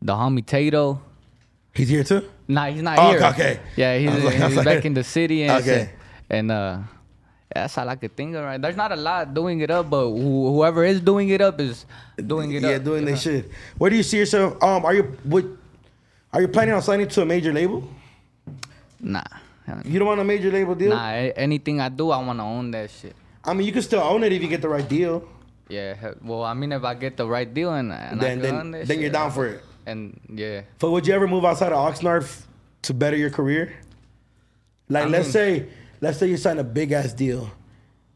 the homie Tato.
He's here too?
Nah, he's not
Oh,
here.
okay.
Yeah,
I
he's,
was like- I was
he's
like-
back in the city and
Okay.
shit. and uh, that's all I could think of. Right, there's not a lot doing it up, but who whoever is doing it up is doing it
yeah,
up.
doing their shit. Where do you see yourself? Um, are you what? Are you planning on signing to a major label?
Nah,
You don't want a major label deal.
nah. a- Anything I do, I wanna own that shit.
I mean, you can still own it if you get the right deal.
Yeah. he- Well, I mean, if I get the right deal and, and I
Then,
can
then,
own that
then you're
shit,
down for it.
And yeah,
But would you ever move outside of Oxnard f- to better your career? Like,
I
let's
mean-
say, let's say you sign a big ass deal,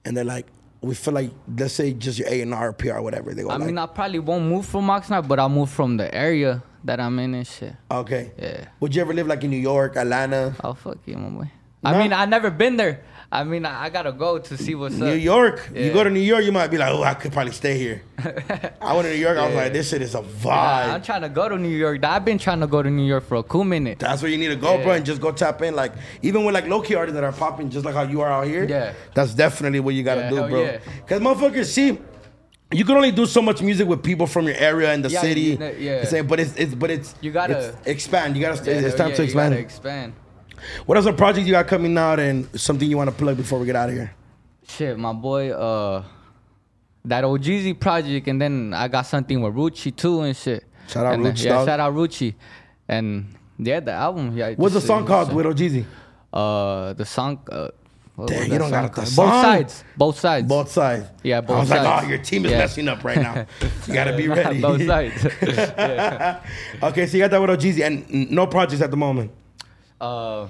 and they're like, we feel like, let's say, just your A and R, PR, whatever. They go,
I
like,
mean, I probably won't move from Oxnard, but I'll move from the area that I'm in and shit.
okay.
Yeah.
Would you ever live like in New York, Atlanta,
Oh fuck you, my boy. I
Nah.
mean, I never been there. I mean, I, I gotta go to see what's
New
up.
York? You
Yeah.
go to New York, you might be like, oh, I could probably stay here. I went to New York. I was
Yeah.
like, this shit is a
Nah, I'm
vibe.
trying to go to New York. I've been trying to go to New York for a cool minute.
That's where you need to go,
Yeah.
bro, and just go tap in. Like even with like low key artists that are popping, just like how you are out here.
Yeah.
that's definitely what you gotta
Yeah,
do,
hell
bro.
yeah.
Cause motherfuckers, see, you can only do so much music with people from your area and the
Yeah,
city.
you know, yeah.
Say, but it's it's but it's
You gotta-
it's expand. You gotta.
Yeah,
it's
hell
time
yeah,
to
you gotta
expand.
expand.
what else a project you got coming out and something you want to plug before we get out of here?
Shit, my boy. Uh, that OGZ project, and then I got something with Rucci too and shit.
Shout out
and, then-
Rucci,
Yeah,
dog.
shout out Rucci, and yeah, the album. Yeah,
What's the
just-
song called with Ojeezy?
Uh, the song. Uh, what
Damn,
was
you
that
don't
song
got the
called?
song.
Both sides. Both sides.
Both sides.
Yeah, both
I was like,
sides.
oh, your team is
Yeah.
messing up right now. You gotta be ready.
Both sides.
okay, so you got that with Ojeezy and n- no projects at the moment.
uh,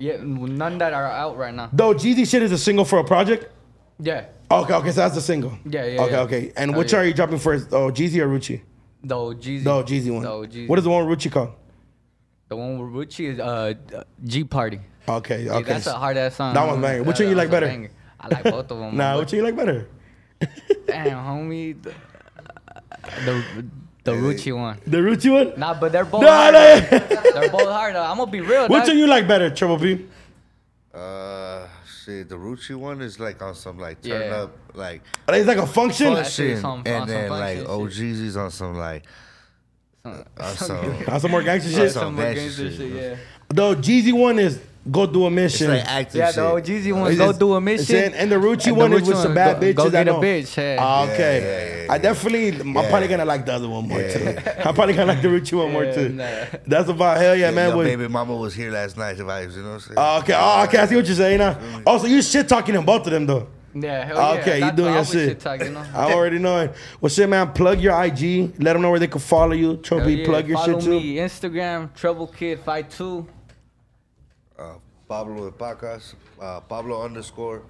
yeah, none that are out right now.
Though Jeezy shit is a single for a project.
Yeah,
Okay, okay, so that's the single.
Yeah, yeah,
Okay,
yeah.
okay. And
Oh,
which
yeah.
are you dropping first? Oh, Jeezy or Rucci?
the OGZ.
The Jeezy one.
The OGZ.
What is the one with Rucci called?
The one with Ruchi is uh G Party.
Okay,
Yeah,
okay.
that's a hard ass song.
That one's banger. Which one you like
one's a
better?
banger. I like both of them.
Nah, which one you like better?
Damn, homie. The the, the Ruchi one.
The Rucci one?
Nah, but they're both
No,
hard.
no.
though. They're both hard. though. I'm gonna be real.
Which
dog.
one you like better, Triple P?
Uh, shit, the Ruchi one is like on some like turn
Yeah.
up like
It's like a function.
Fuck. actually
function,
some- on some
and then
function
like
shit.
OGZ's on some like
Some-
on some.
That's some more gangster
Yeah,
shit.
some
more
bad
gangster
shit,
shit, yeah.
bro.
The Jeezy one is go do a
It's
mission.
like active
Yeah,
shit.
the OGZ
It's
one, go
just-
do a mission.
it's in- and the Ruchi
And
one is
Ruchi
with some bad
go,
bitches.
Go
I
get a
know.
bitch, hey.
Ah,
Yeah,
okay.
yeah, yeah,
I definitely, I'm probably gonna like the other one more too. I'm probably gonna like the Rucci one more
Yeah,
too.
nah.
That's about hell yeah,
Yeah,
man.
your
but-
baby mama was here last night. The vibes, you know what I'm saying?
Oh, okay. Oh, okay. I see what you're saying now. Also, you shit talking them both of them though.
yeah, hell yeah.
okay, you
That's
doing
what I
your
was
shit.
talking, you know?
I already know it. Well, shit, man. Plug your IG. Let them know where they can follow you.
Hell
Trophy,
yeah,
plug your
Follow
shit too.
me, Instagram, Trouble Kid Fight Two.
uh, Pablo the podcast, uh, Pablo underscore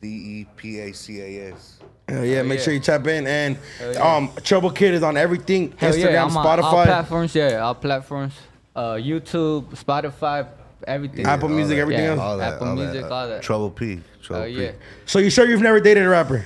D E P A C A S.
Hell yeah. Make
yeah.
sure you tap in and
yeah.
um, Trouble Kid is on everything.
Hell
Instagram,
yeah, I'm on all
Spotify,
platforms. Yeah, all platforms. Uh, YouTube, Spotify, everything.
Apple
all
Music,
that.
everything
Yeah.
else.
All that,
Apple
all
Music,
that.
all that.
Trouble P, Trouble
Uh, yeah.
P.
So you sure you've never dated a rapper?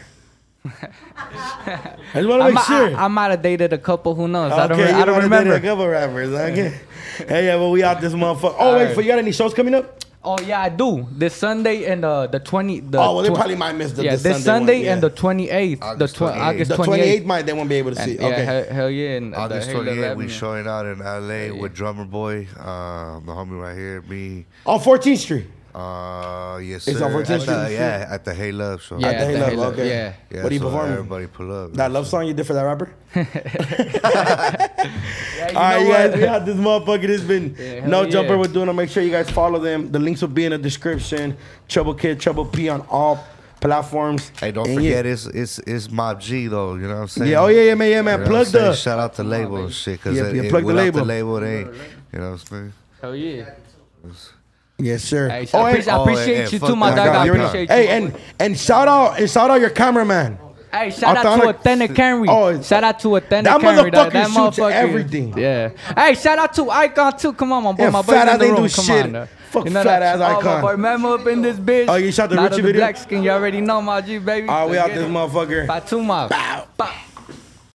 I just want to
I'm,
make sure.
I, I might have dated a couple. Who knows? I don't.
Oh, okay,
re-
you
I don't
wanna date A
remember.
couple rappers. Okay. hey, yeah, but we out this motherfucker. Oh
All
wait,
right.
for you got any shows coming up?
Oh yeah, I do. This Sunday and uh, the twenty. The
Oh, well, they
twen-
probably might miss the
yeah,
the
this Sunday,
Sunday, one, yeah.
and the twenty eighth. The
August
tw-
28th.
August
The
twenty
28th
eighth.
might they won't be able to see.
Yeah,
okay.
hell, hell yeah. And
August
the Halo
28th, we
Avenue.
showing out in LA with Drummer Boy, uh, the homie right here, me.
On 14th Street.
Uh, yes,
It's
sir.
on
At the-
14th Street.
yeah, at the Hey Love show.
Yeah,
At the
at the
Halo,
Halo,
okay.
yeah.
yeah
What are you
so
performing?
Everybody pull up.
That love song you did for that rapper?
Oh, Yeah, you
All right,
know
you guys,
what?
we had this motherfucker. It's been
Yeah, hell
no
yeah.
jumper. We're doing it. Make sure you guys follow them. The links will be in the description. Trouble Kid, Trouble P on all platforms.
Hey, don't
And
forget
yeah.
it's it's it's Mob G though. You know what I'm saying?
Yeah, oh, yeah, yeah, man, yeah, man.
You know what
Plug
I'm saying?
the-
shout out the label and shit. Cause
Yeah,
it,
yeah,
it-
plug the
without
label.
The label, they ain't. You know what I'm saying?
Hell yeah.
Yes, sir.
Hey,
oh, and,
I appreciate, I
oh,
appreciate
and-
you
and
too, my
my
dog.
fuck
God,
that
I
guy,
you're in-
appreciate you.
hey, and and shout out and shout out your cameraman.
Hey, shout out to
Authentic-
Authentic Henry.
Oh,
shout out to Authentic
that
Henry. dawg.
motherfucker shoots everything.
Yeah. Hey, shout out to Icon too. Come on, my boy.
Yeah,
my boy
fat
in
ass
the
ain't
room.
do
Come
shit.
on, dawg.
Fuck
you know
fat
that-
ass Icon.
Oh, my boy, Memo up in this bitch.
Oh, you shot the
Not
Richie
of
video?
Black skin. You already know my G baby.
All right, we
Let's
out
get
this
it.
motherfucker.
Fatuma. Bow.